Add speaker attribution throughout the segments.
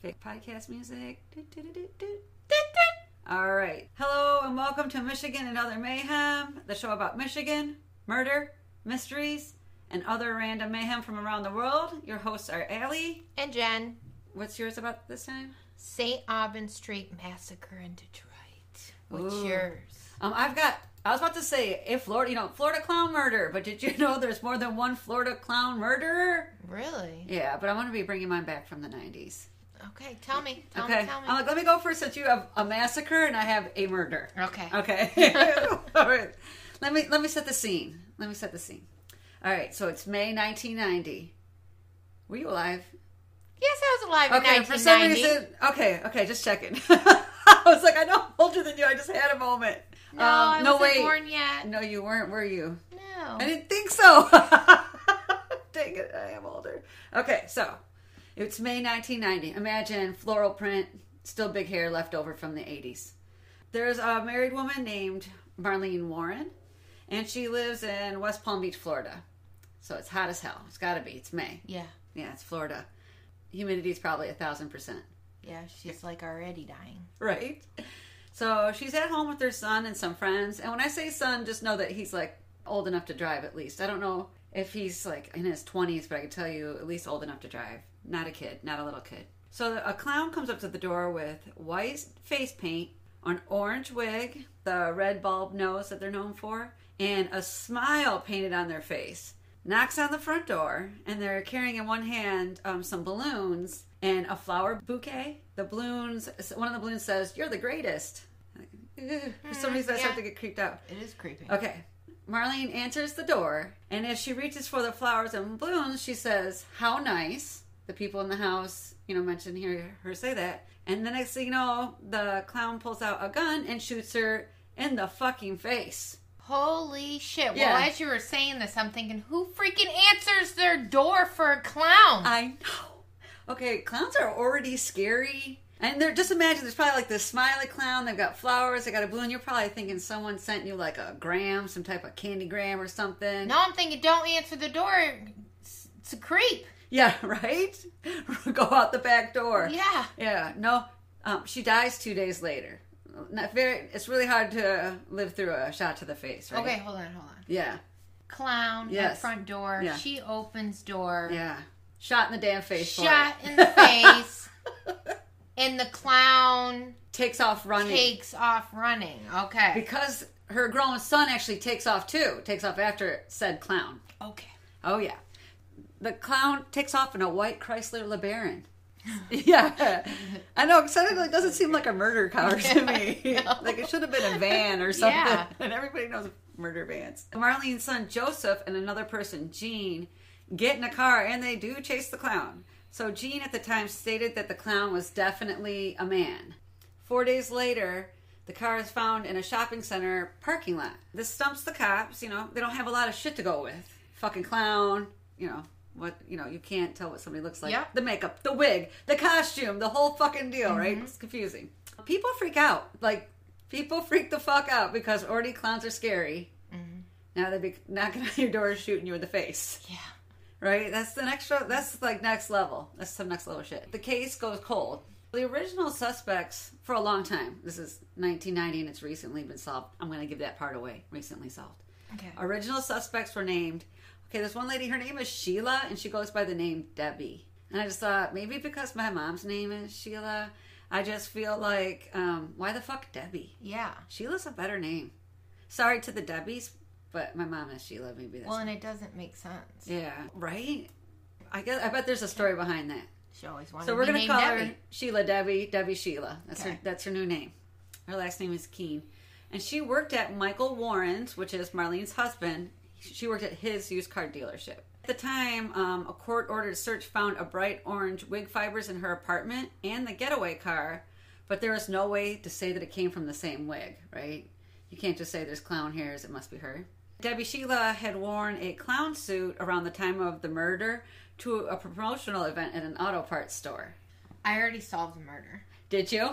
Speaker 1: Fake podcast music. Doot, doot, doot, doot, doot, doot. All right. Hello and welcome to Michigan and Other Mayhem, the show about Michigan, murder, mysteries, and other random mayhem from around the world. Your hosts are Allie.
Speaker 2: And Jen,
Speaker 1: What's yours about this time?
Speaker 2: St. Aubin Street Massacre in Detroit. What's
Speaker 1: Ooh.
Speaker 2: yours?
Speaker 1: Um, I've got. I was about to say if Florida, you know, Florida clown murder, but did you know there's more than one Florida clown murderer?
Speaker 2: Really?
Speaker 1: Yeah, but I'm going to be bringing mine back from the 90s.
Speaker 2: Okay, tell me. Tell
Speaker 1: okay.
Speaker 2: me, tell me.
Speaker 1: I'm like, let me go first since you have a massacre and I have a murder.
Speaker 2: okay.
Speaker 1: Okay. All right. Let me let me set the scene. Let me set the scene. All right. So it's May 1990. Were you alive?
Speaker 2: Yes, I was alive
Speaker 1: Okay.
Speaker 2: in
Speaker 1: For some
Speaker 2: 1990.
Speaker 1: reason. Okay. Okay. Just checking. I was like, I know I'm older than you. I just had a moment. Um,
Speaker 2: no,
Speaker 1: uh,
Speaker 2: I wasn't born yet.
Speaker 1: No, you weren't. Were you?
Speaker 2: No.
Speaker 1: I didn't think so. Dang it, I am older. Okay, so it's May 1990. Imagine floral print, still big hair left over from the 80s. There's a married woman named Marlene Warren, and she lives in West Palm Beach, Florida. So it's hot as hell. It's gotta be. It's May.
Speaker 2: Yeah.
Speaker 1: Yeah, it's Florida. Humidity's probably a thousand percent.
Speaker 2: Yeah, she's like already dying.
Speaker 1: Right. So she's at home with her son and some friends. And when I say son, just know that he's like old enough to drive at least. I don't know if he's like in his 20s, but I can tell you at least old enough to drive. Not a kid, not a little kid. So a clown comes up to the door with white face paint, an orange wig, the red bulb nose that they're known for, and a smile painted on their face. Knocks on the front door, and they're carrying in one hand um, some balloons and a flower bouquet. The balloons, one of the balloons says, "You're the greatest." For some reason, I start
Speaker 2: yeah.
Speaker 1: to get creeped out.
Speaker 2: It is creepy.
Speaker 1: Okay. Marlene answers the door, and as she reaches for the flowers and balloons, she says, How nice. The people in the house, you know, mention hear her say that. And the next thing you know, the clown pulls out a gun and shoots her in the fucking face.
Speaker 2: Holy shit.
Speaker 1: Yeah.
Speaker 2: Well, as you were saying this, I'm thinking, who freaking answers their door for a clown?
Speaker 1: I know. Okay, clowns are already scary. And they're just imagine there's probably like this smiley clown, they've got flowers, they got a balloon. You're probably thinking someone sent you like a gram, some type of candy gram or something.
Speaker 2: no, I'm thinking, don't answer the door. It's, it's a creep.
Speaker 1: Yeah, right? Go out the back door.
Speaker 2: Yeah.
Speaker 1: Yeah, no. Um, she dies two days later. Not very. It's really hard to live through a shot to the face, right?
Speaker 2: Okay, hold on, hold on.
Speaker 1: Yeah,
Speaker 2: Clown
Speaker 1: Yes.
Speaker 2: at front door.
Speaker 1: Yeah.
Speaker 2: She opens door.
Speaker 1: yeah. Shot in the damn face. for
Speaker 2: shot
Speaker 1: it.
Speaker 2: in the face, and the clown
Speaker 1: takes off running
Speaker 2: takes off running. Okay.
Speaker 1: because her grown son actually takes off too. Takes off after said clown.
Speaker 2: Okay.
Speaker 1: Oh yeah, the clown takes off in a white Chrysler LeBaron. yeah, I know. Suddenly, it doesn't seem like a murder car to me. like it should have been a van or something.
Speaker 2: Yeah.
Speaker 1: And everybody knows murder vans. Marlene's son Joseph and another person, Gene, get in a car and they do chase the clown. So Gene at the time stated that the clown was definitely a man. Four days later, the car is found in a shopping center parking lot. This stumps the cops. You know, they don't have a lot of shit to go with. Fucking clown. You know what? You know you can't tell what somebody looks like.
Speaker 2: Yep.
Speaker 1: The makeup, the wig, the costume, the whole fucking deal. Right? It's confusing. People freak out. Like people freak the fuck out because already clowns are scary. Now they be knocking on your door, and shooting you in the face
Speaker 2: Yeah.
Speaker 1: right? That's the next show. That's like next level. That's some next level shit. The case goes cold. The original suspects for a long time. This is 1990 and it's recently been solved. I'm going to give that part away. Recently solved.
Speaker 2: Okay.
Speaker 1: Original suspects were named. Okay, this one lady, her name is Sheila, and she goes by the name Debbie. And I just thought maybe because my mom's name is Sheila, I just feel like um, why the fuck Debbie?
Speaker 2: Yeah.
Speaker 1: Sheila's a better name. Sorry to the Debbies, but my mom is Sheila. Maybe that's
Speaker 2: Well, and it doesn't make sense.
Speaker 1: yeah, right. I guess I bet there's a story behind that.
Speaker 2: She always wanted
Speaker 1: So we're
Speaker 2: to
Speaker 1: gonna
Speaker 2: be named
Speaker 1: call her
Speaker 2: Debbie.
Speaker 1: Sheila Debbie Debbie Sheila. That's her
Speaker 2: Okay.
Speaker 1: that's her new name. Her last name is Keen, and she worked at Michael Warren's, which is Marlene's husband. She worked at his used car dealership. At the time, um, a court-ordered search found a bright orange wig fibers in her apartment and the getaway car, but there was no way to say that it came from the same wig, right? You can't just say there's clown hairs; it must be her. Debbie Sheila had worn a clown suit around the time of the murder to a promotional event at an auto parts store.
Speaker 2: I already solved the murder.
Speaker 1: Did you?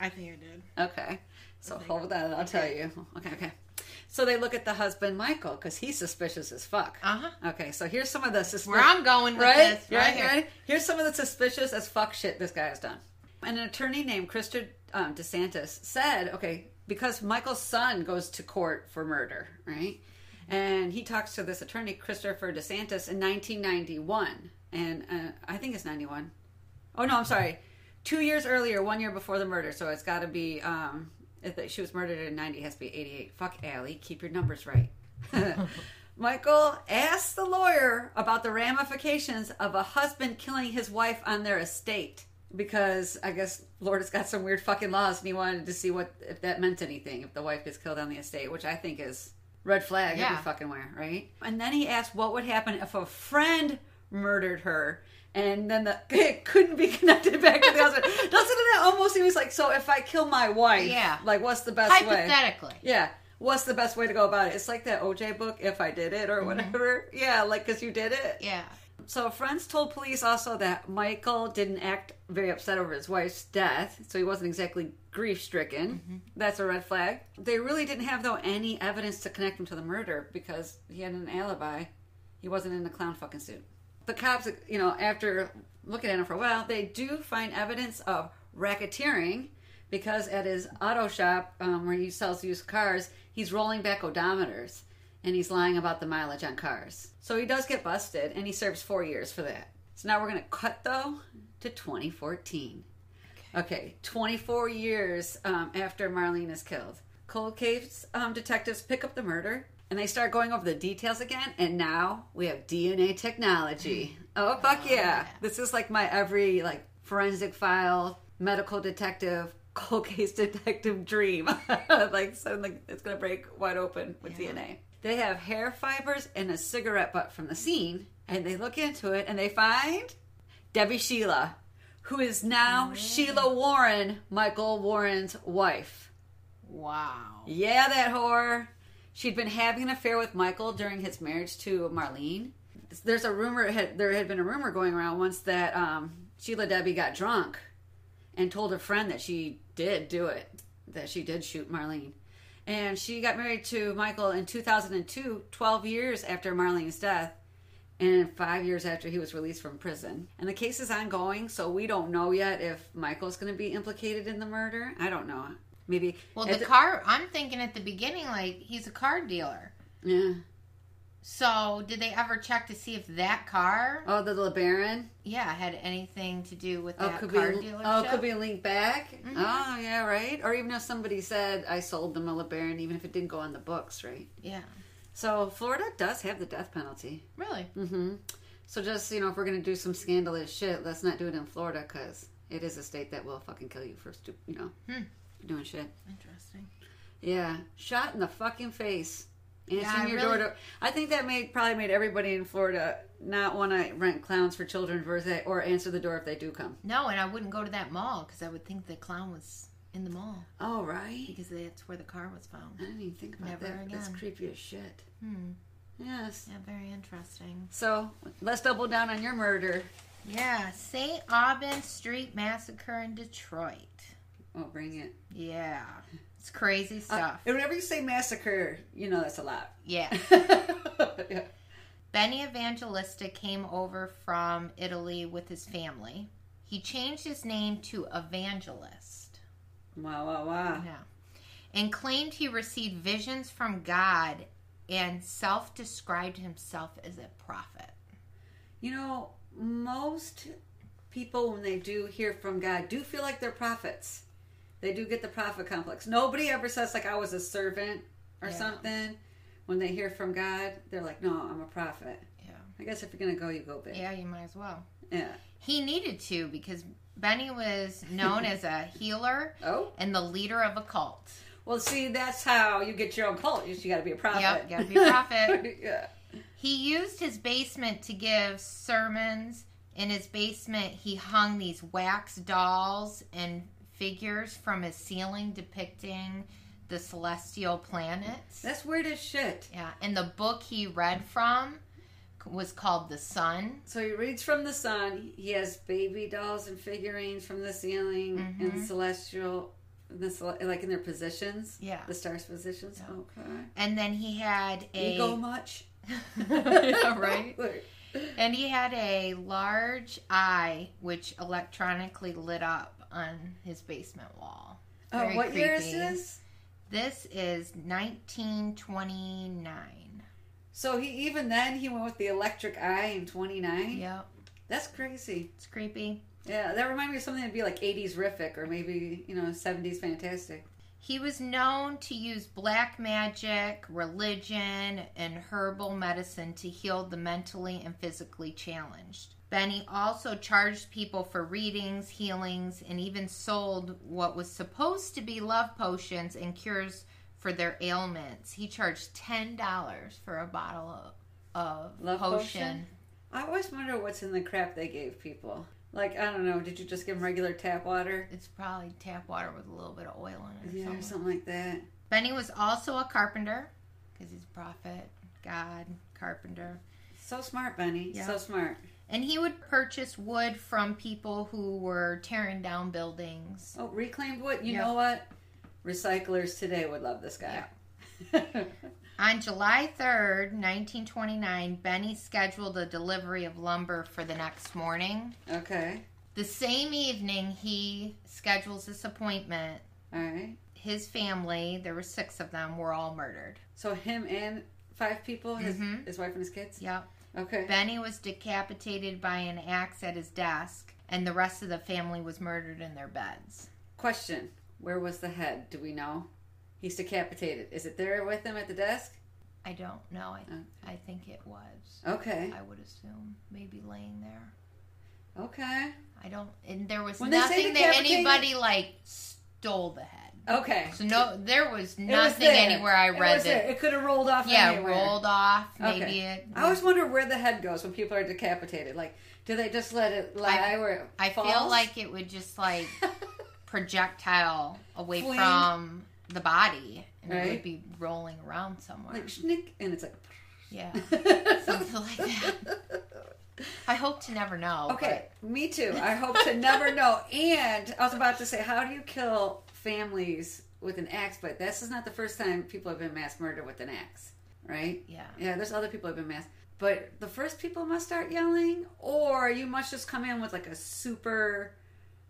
Speaker 2: I think I did.
Speaker 1: Okay. So hold on, I'll tell you. Okay, okay. So they look at the husband, Michael, because he's suspicious as fuck.
Speaker 2: Uh-huh.
Speaker 1: Okay, so here's some of the suspicious.
Speaker 2: Where I'm going with
Speaker 1: right?
Speaker 2: this,
Speaker 1: You
Speaker 2: right,
Speaker 1: ready?
Speaker 2: here.
Speaker 1: You ready? Here's some of the suspicious as fuck shit this guy has done. An attorney named Krista um, DeSantis said, okay, because Michael's son goes to court for murder, right? And he talks to this attorney, Christopher DeSantis, in 1991. And uh, I think it's 91. Oh, no, I'm sorry. Two years earlier, one year before the murder. So it's got to be, um, if they- she was murdered in 90, it has to be 88. Fuck Allie, keep your numbers right. Michael asked the lawyer about the ramifications of a husband killing his wife on their estate because I guess Florida's got some weird fucking laws and he wanted to see what if that meant anything if the wife gets killed on the estate, which I think is red flag
Speaker 2: Yeah.
Speaker 1: every fucking where, right? And then he asked what would happen if a friend murdered her and then the it couldn't be connected back to the husband. Doesn't that almost seem like so if I kill my wife,
Speaker 2: Yeah.
Speaker 1: like what's the best way?
Speaker 2: Hypothetically.
Speaker 1: Yeah. What's the best way to go about it? It's like that OJ book, If I Did It or whatever. Yeah, like because you did it.
Speaker 2: Yeah.
Speaker 1: So, friends told police also that Michael didn't act very upset over his wife's death, so he wasn't exactly grief stricken. That's a red flag. They really didn't have, though, any evidence to connect him to the murder because he had an alibi. He wasn't in a clown fucking suit. The cops, you know, after looking at him for a while, they do find evidence of racketeering because at his auto shop um, where he sells used cars, he's rolling back odometers and he's lying about the mileage on cars. So he does get busted and he serves four years for that. So now we're going to cut though to 2014. Okay, 24 years um, after Marlene is killed. Cold Case um, detectives pick up the murder and they start going over the details again. And now we have DNA technology. Oh, fuck yeah. This is like my every like forensic file, medical detective, cold case detective dream. like, something it's going to break wide open with DNA. They have hair fibers and a cigarette butt from the scene. And they look into it and they find Debbie Sheila, who is now Sheila Warren, Michael Warren's wife.
Speaker 2: Wow.
Speaker 1: Yeah, that whore. She'd been having an affair with Michael during his marriage to Marlene. There's a rumor, had, there had been a rumor going around once that um, Sheila Debbie got drunk and told a friend that she did do it, that she did shoot Marlene. And she got married to Michael in 2002, 12 years after Marlene's death, and five years after he was released from prison. And the case is ongoing, so we don't know yet if Michael's going to be implicated in the murder. I don't know. Maybe.
Speaker 2: Well,
Speaker 1: at
Speaker 2: the car, I'm thinking at the beginning, like, he's a car dealer.
Speaker 1: Yeah.
Speaker 2: So, did they ever check to see if that car,
Speaker 1: Oh, the LeBaron.
Speaker 2: yeah, had anything to do with
Speaker 1: Oh,
Speaker 2: that
Speaker 1: could be.
Speaker 2: car
Speaker 1: Oh,
Speaker 2: dealership?
Speaker 1: could be linked back. Oh, yeah, right. Or even if somebody said I sold them a LeBaron, even if it didn't go on the books, right?
Speaker 2: Yeah.
Speaker 1: So Florida does have the death penalty.
Speaker 2: Really?
Speaker 1: hmm So just you know, if we're gonna do some scandalous shit, let's not do it in Florida because it is a state that will fucking kill you for stu- you know
Speaker 2: Hmm.
Speaker 1: for doing shit.
Speaker 2: Interesting.
Speaker 1: Yeah, shot in the fucking face. And it's
Speaker 2: Yeah,
Speaker 1: in
Speaker 2: I
Speaker 1: your
Speaker 2: really-
Speaker 1: door to, I think that made probably made everybody in Florida not want to rent clowns for children versus or answer the door if they do come.
Speaker 2: No, and I wouldn't go to that mall because I would think the clown was in the mall
Speaker 1: Oh right,
Speaker 2: because that's where the car was found.
Speaker 1: I didn't even think about
Speaker 2: Never
Speaker 1: that. That's
Speaker 2: again.
Speaker 1: creepy as shit.
Speaker 2: Hmm.
Speaker 1: Yes.
Speaker 2: Yeah, very interesting.
Speaker 1: So let's double down on your murder.
Speaker 2: Yeah, St. Aubin Street Massacre in Detroit.
Speaker 1: Oh, bring it.
Speaker 2: Yeah, it's crazy
Speaker 1: Uh,
Speaker 2: stuff.
Speaker 1: and whenever you say massacre, you know that's a lot.
Speaker 2: yeah.
Speaker 1: yeah.
Speaker 2: Benny Evangelista came over from Italy with his family. He changed his name to Evangelist.
Speaker 1: Wow, wow, wow.
Speaker 2: Yeah. And claimed he received visions from God and self described himself as a prophet.
Speaker 1: You know, most people, when they do hear from God, do feel like they're prophets. They do get the prophet complex. Nobody ever says, like, I was a servant or
Speaker 2: Yeah.
Speaker 1: something. When they hear from God, they're like, no, I'm a prophet.
Speaker 2: Yeah.
Speaker 1: I guess if you're going to go, you go big.
Speaker 2: Yeah, you might as well.
Speaker 1: Yeah.
Speaker 2: He needed to because Benny was known as a healer
Speaker 1: Oh.
Speaker 2: and the leader of a cult.
Speaker 1: Well, see, that's how you get your own cult. You got to be a prophet.
Speaker 2: Yep, gotta be a prophet.
Speaker 1: yeah.
Speaker 2: He used his basement to give sermons. In his basement, he hung these wax dolls and figures from his ceiling depicting the celestial planets.
Speaker 1: That's weird as shit.
Speaker 2: Yeah, and the book he read from was called The Sun.
Speaker 1: So he reads from the
Speaker 2: Mm-hmm.
Speaker 1: sun. He has baby dolls and figurines from the ceiling and celestial This like in their positions.
Speaker 2: Yeah.
Speaker 1: The stars' positions. Okay.
Speaker 2: And then he had a
Speaker 1: Ego much?
Speaker 2: Yeah, right?
Speaker 1: Like,
Speaker 2: and he had a large eye which electronically lit up on his basement wall.
Speaker 1: oh,
Speaker 2: Very
Speaker 1: what year is
Speaker 2: creepy.
Speaker 1: this?
Speaker 2: This is 1929.
Speaker 1: So he even then he went with the electric eye in 29.
Speaker 2: Yep,
Speaker 1: That's crazy.
Speaker 2: it's creepy.
Speaker 1: Yeah, that reminded me of something that'd be like 80s rific or maybe, you know, 70s fantastic.
Speaker 2: He was known to use black magic, religion, and herbal medicine to heal the mentally and physically challenged. Benny also charged people for readings, healings, and even sold what was supposed to be love potions and cures for their ailments. He charged $10 for a bottle of, of
Speaker 1: Love
Speaker 2: potion.
Speaker 1: potion? I always wonder what's in the crap they gave people. Like, I don't know, did you just give them regular tap water?
Speaker 2: It's probably tap water with a little bit of oil in it or
Speaker 1: Yeah,
Speaker 2: something.
Speaker 1: or something like that.
Speaker 2: Benny was also a carpenter because he's a prophet, God, carpenter.
Speaker 1: So smart, Bunny.
Speaker 2: Yeah.
Speaker 1: So smart.
Speaker 2: And he would purchase wood from people who were tearing down buildings.
Speaker 1: Oh, reclaimed wood. You
Speaker 2: Yeah.
Speaker 1: know what? Recyclers today would love this guy.
Speaker 2: On July 3rd, 1929, Benny scheduled a delivery of lumber for the next morning.
Speaker 1: okay.
Speaker 2: The same evening, he schedules this appointment.
Speaker 1: All right.
Speaker 2: His family, there were six of them, were all murdered.
Speaker 1: So him and five people, his,
Speaker 2: Mhm.
Speaker 1: his wife and his kids?
Speaker 2: Yep.
Speaker 1: Okay.
Speaker 2: Benny was decapitated by an axe at his desk, and the rest of the family was murdered in their beds.
Speaker 1: Question Where was the head? Do we know? He's decapitated. Is it there with him at the desk?
Speaker 2: I don't know. I,
Speaker 1: Okay.
Speaker 2: I think it was.
Speaker 1: Okay.
Speaker 2: I would assume maybe laying there.
Speaker 1: Okay.
Speaker 2: I don't. And there was
Speaker 1: When they say
Speaker 2: nothing that
Speaker 1: decapitated-
Speaker 2: anybody like stole the head.
Speaker 1: Okay.
Speaker 2: So no, there was
Speaker 1: It was
Speaker 2: nothing
Speaker 1: there.
Speaker 2: anywhere
Speaker 1: It
Speaker 2: I read
Speaker 1: was
Speaker 2: that.
Speaker 1: there. It could have rolled off.
Speaker 2: Yeah,
Speaker 1: anywhere.
Speaker 2: rolled off. Maybe
Speaker 1: Okay.
Speaker 2: it.
Speaker 1: I always wonder where the head goes when people are decapitated. Like, do they just let it lie where it
Speaker 2: I feel
Speaker 1: falls?
Speaker 2: like it would just like projectile away
Speaker 1: Fling.
Speaker 2: from the body, and it would
Speaker 1: Right.
Speaker 2: be rolling around somewhere.
Speaker 1: like schnick, and it's like
Speaker 2: yeah. Something like that. I hope to never know.
Speaker 1: Okay, me too. I hope to never know. And I was about to say, how do you kill families with an axe? But this is not the first time people have been mass murdered with an axe, right?
Speaker 2: but yeah.
Speaker 1: Yeah, there's other people who have been mass. But the first people must start yelling, or you must just come in with like a super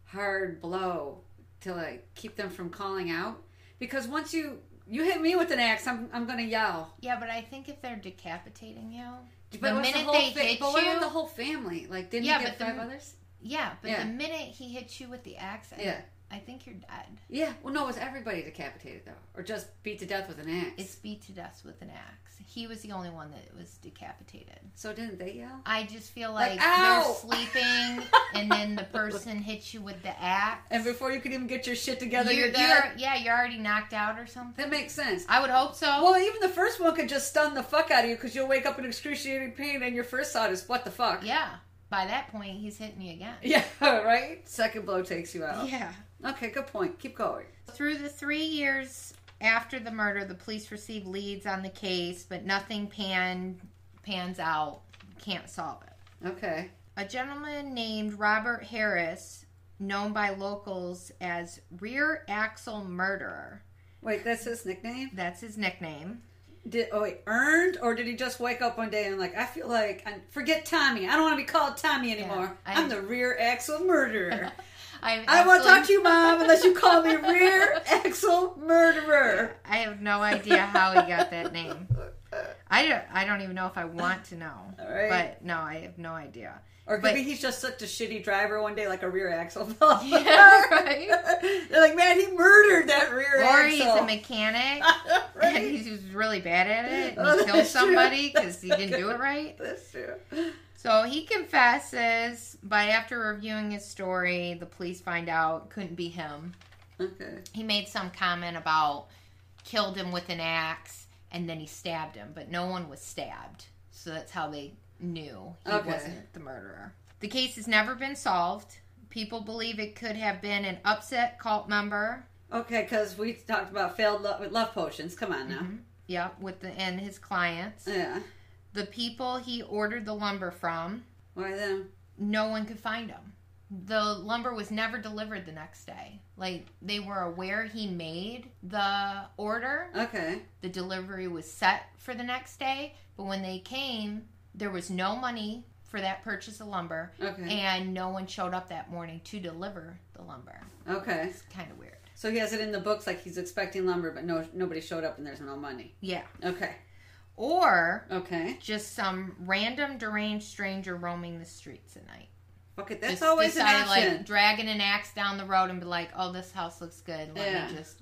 Speaker 1: hard blow to like keep them from calling out. Because once you you hit me with an axe, I'm I'm gonna yell.
Speaker 2: Yeah, but I think if they're decapitating you,
Speaker 1: But
Speaker 2: The
Speaker 1: what's
Speaker 2: minute
Speaker 1: whole
Speaker 2: they
Speaker 1: fa-
Speaker 2: hit
Speaker 1: but what
Speaker 2: you-
Speaker 1: about the whole family? Like, didn't
Speaker 2: Yeah,
Speaker 1: you get
Speaker 2: but the-
Speaker 1: five others?
Speaker 2: yeah, but
Speaker 1: Yeah.
Speaker 2: the minute he hits you with the axe, I,
Speaker 1: Yeah.
Speaker 2: I think you're dead.
Speaker 1: Yeah, well, no, it was everybody decapitated though, or just beat to death with an axe.
Speaker 2: It's beat to death with an axe. He was the only one that was decapitated.
Speaker 1: so didn't they yell?
Speaker 2: I just feel like,
Speaker 1: Like, ow!
Speaker 2: they're sleeping, and then the person hits you with the axe.
Speaker 1: And before you could even get your shit together,
Speaker 2: you're,
Speaker 1: you're,
Speaker 2: you're-
Speaker 1: dead.
Speaker 2: yeah, you're already knocked out or something.
Speaker 1: That makes sense.
Speaker 2: I would hope so.
Speaker 1: Well, even the first one could just stun the fuck out of you because you'll wake up in excruciating pain, and your first thought is "What the fuck?"
Speaker 2: yeah. By that point, he's hitting you again.
Speaker 1: Yeah, right. Second blow takes you out.
Speaker 2: Yeah.
Speaker 1: Okay, good point. Keep going.
Speaker 2: Through the three years after the murder, the police received leads on the case, but nothing pan pans out. Can't solve it.
Speaker 1: Okay.
Speaker 2: A gentleman named Robert Harris, known by locals as Rear Axle Murderer,
Speaker 1: Wait, that's his nickname.
Speaker 2: that's his nickname.
Speaker 1: Did oh wait, earned or did he just wake up one day and like I feel like I, forget Tommy. I don't want to be called Tommy anymore.
Speaker 2: I-
Speaker 1: I'm the rear axle murderer.
Speaker 2: I,
Speaker 1: I won't talk to
Speaker 2: absolutely-
Speaker 1: you, Mom, unless you call me rear axle murderer.
Speaker 2: I have no idea how he got that name. I don't. I don't even know if I want to know.
Speaker 1: All right.
Speaker 2: But no, I have no idea.
Speaker 1: or could
Speaker 2: but-
Speaker 1: be he's just such a shitty driver one day, like a rear axle. fell off.
Speaker 2: Yeah, right.
Speaker 1: They're like, man, he murdered that rear
Speaker 2: Or
Speaker 1: axle.
Speaker 2: he's a mechanic. and
Speaker 1: right?
Speaker 2: he was really bad at it and
Speaker 1: Oh,
Speaker 2: he killed
Speaker 1: that's true.
Speaker 2: somebody because he
Speaker 1: That's
Speaker 2: didn't do
Speaker 1: good.
Speaker 2: it right
Speaker 1: That's true.
Speaker 2: so he confesses but after reviewing his story the police find out it couldn't be him
Speaker 1: Okay.
Speaker 2: he made some comment about killed him with an axe and then he stabbed him but no one was stabbed so that's how they knew he
Speaker 1: Okay.
Speaker 2: wasn't the murderer the case has never been solved people believe it could have been an upset cult member
Speaker 1: Okay, because we talked about failed love, love potions. Come on now.
Speaker 2: Mm-hmm. yeah with the and his clients
Speaker 1: Yeah.
Speaker 2: the people he ordered the lumber from
Speaker 1: Why them?
Speaker 2: no one could find him. the lumber was never delivered the next day. Like they were aware he made the order.
Speaker 1: Okay.
Speaker 2: The delivery was set for the next day, but when they came, there was no money for that purchase of lumber
Speaker 1: Okay.
Speaker 2: and no one showed up that morning to deliver the lumber.
Speaker 1: Okay.
Speaker 2: It's kind of weird.
Speaker 1: So he has it in the books like he's expecting lumber, but no nobody showed up and there's no money.
Speaker 2: Yeah.
Speaker 1: Okay.
Speaker 2: Or
Speaker 1: Okay.
Speaker 2: just some random deranged stranger roaming the streets at night.
Speaker 1: Okay. That's
Speaker 2: just
Speaker 1: always an
Speaker 2: decide,
Speaker 1: option.
Speaker 2: like dragging an axe down the road and be like, "Oh, this house looks good. Let
Speaker 1: Yeah.
Speaker 2: me just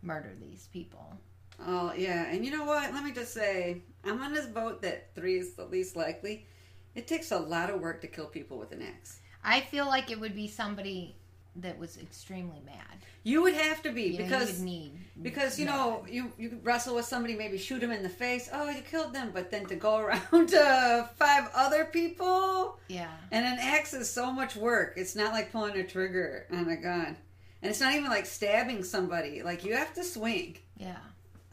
Speaker 2: murder these people."
Speaker 1: Oh yeah, and you know what? Let me just say, I'm on this boat that three is the least likely. It takes a lot of work to kill people with an axe.
Speaker 2: I feel like it would be somebody that was extremely mad.
Speaker 1: You would have to be
Speaker 2: You know, you
Speaker 1: because
Speaker 2: would need
Speaker 1: because you know you you could wrestle with somebody, maybe shoot them in the face. Oh, you killed them, but then to go around to five other people
Speaker 2: yeah,
Speaker 1: and an axe is so much work. It's not like pulling a trigger on a gun, and it's not even like stabbing somebody. Like you have to swing
Speaker 2: yeah.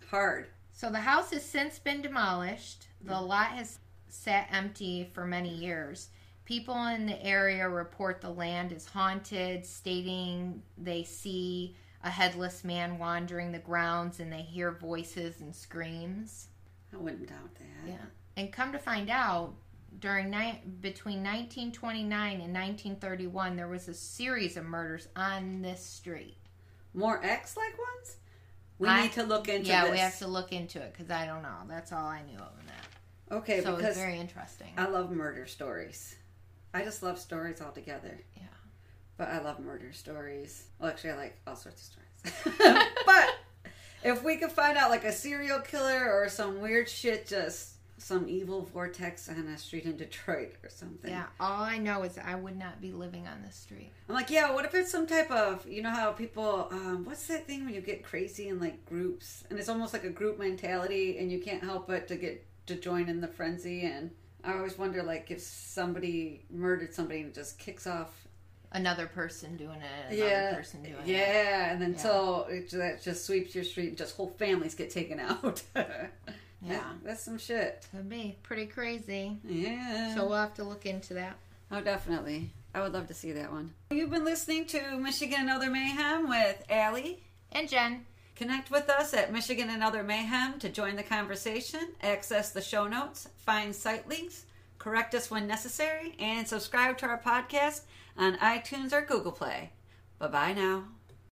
Speaker 1: hard.
Speaker 2: So the house has since been demolished. The lot has sat empty for many years. People in the area report the land is haunted, stating they see a headless man wandering the grounds and they hear voices and screams.
Speaker 1: I wouldn't doubt that.
Speaker 2: Yeah. And come to find out, during ni- between 1929 and 1931, there was a series of murders on this street.
Speaker 1: More axe-like ones. We
Speaker 2: I-
Speaker 1: need to look into
Speaker 2: yeah,
Speaker 1: this.
Speaker 2: we have to look into it because I don't know. That's all I knew of that.
Speaker 1: Okay,
Speaker 2: so
Speaker 1: because
Speaker 2: it's very interesting.
Speaker 1: I love murder stories. I just love stories altogether.
Speaker 2: Yeah.
Speaker 1: But I love murder stories. Well, actually, I like all sorts of stories. but if we could find out like a serial killer or some weird shit, just some evil vortex on a street in Detroit or something.
Speaker 2: yeah, all I know is I would not be living on this street.
Speaker 1: I'm like, yeah, what if it's some type of, you know, how people, um, what's that thing when you get crazy in like groups and it's almost like a group mentality and you can't help but to get to join in the frenzy. And I always wonder, like, if somebody murdered somebody and just kicks off.
Speaker 2: Another person doing it, another
Speaker 1: yeah.
Speaker 2: person doing
Speaker 1: yeah.
Speaker 2: it.
Speaker 1: And then so it, that just sweeps your street and just whole families get taken out.
Speaker 2: Yeah.
Speaker 1: That's some shit.
Speaker 2: Could be pretty crazy.
Speaker 1: Yeah.
Speaker 2: So we'll have to look into that.
Speaker 1: Oh, definitely. I would love to see that one. You've been listening to Michigan Another Mayhem with Allie.
Speaker 2: And Jen,
Speaker 1: Connect with us at Michigan and Other Mayhem to join the conversation, access the show notes, find site links, correct us when necessary, and subscribe to our podcast on iTunes or Google Play. Bye bye now.